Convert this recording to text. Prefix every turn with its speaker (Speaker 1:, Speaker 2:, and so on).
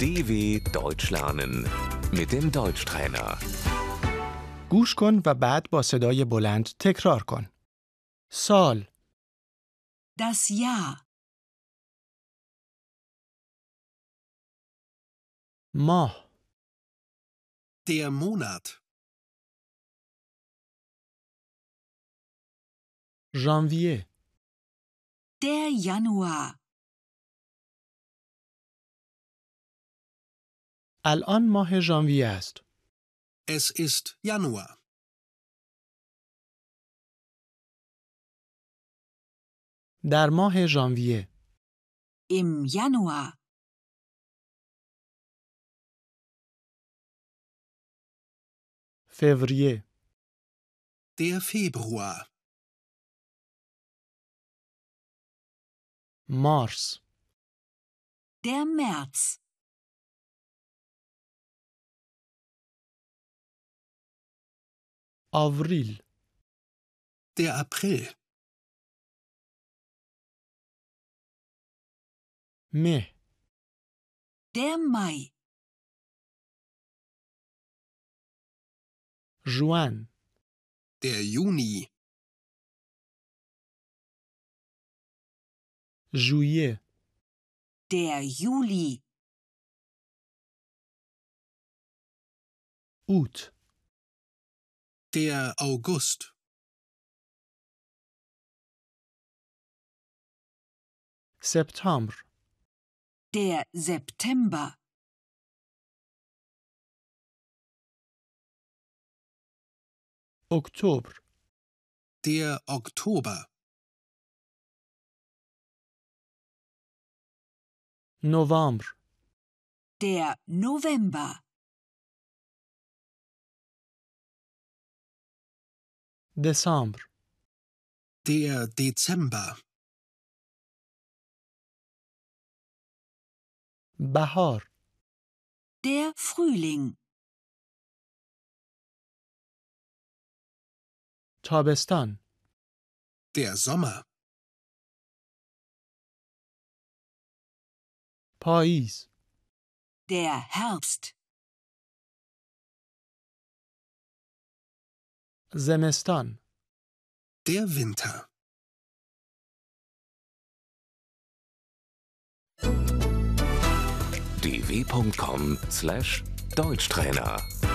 Speaker 1: DW Deutsch lernen mit dem Deutschtrainer.
Speaker 2: گوش کن و بعد با صدای بلند تکرار کن. سال،
Speaker 3: Das Jahr,
Speaker 2: ماه،
Speaker 4: Der Monat.
Speaker 2: ژانویه،
Speaker 3: der Januar,
Speaker 2: الان ماه ژانویه است.
Speaker 4: Es ist Januar.
Speaker 2: در ماه ژانویه،
Speaker 3: im Januar,
Speaker 2: فوریه،
Speaker 4: Der Februar.
Speaker 2: مارس،
Speaker 3: der März,
Speaker 2: آوریل،
Speaker 4: Der April.
Speaker 2: مه،
Speaker 3: der Mai,
Speaker 2: ژوئن،
Speaker 4: Der Juni.
Speaker 2: ژوئیه،
Speaker 3: der Juli,
Speaker 2: اوت،
Speaker 4: Der August.
Speaker 2: سپتامبر،
Speaker 3: der September,
Speaker 2: اکتبر،
Speaker 4: Der Oktober.
Speaker 2: نوامبر،
Speaker 3: der November,
Speaker 2: دسامبر،
Speaker 4: Der Dezember.
Speaker 2: بهار،
Speaker 3: der Frühling,
Speaker 2: تابستان،
Speaker 4: Der Sommer.
Speaker 2: پاییز،
Speaker 3: der Herbst,
Speaker 2: زمستان،
Speaker 4: Der Winter.
Speaker 1: dw.com/deutschtrainer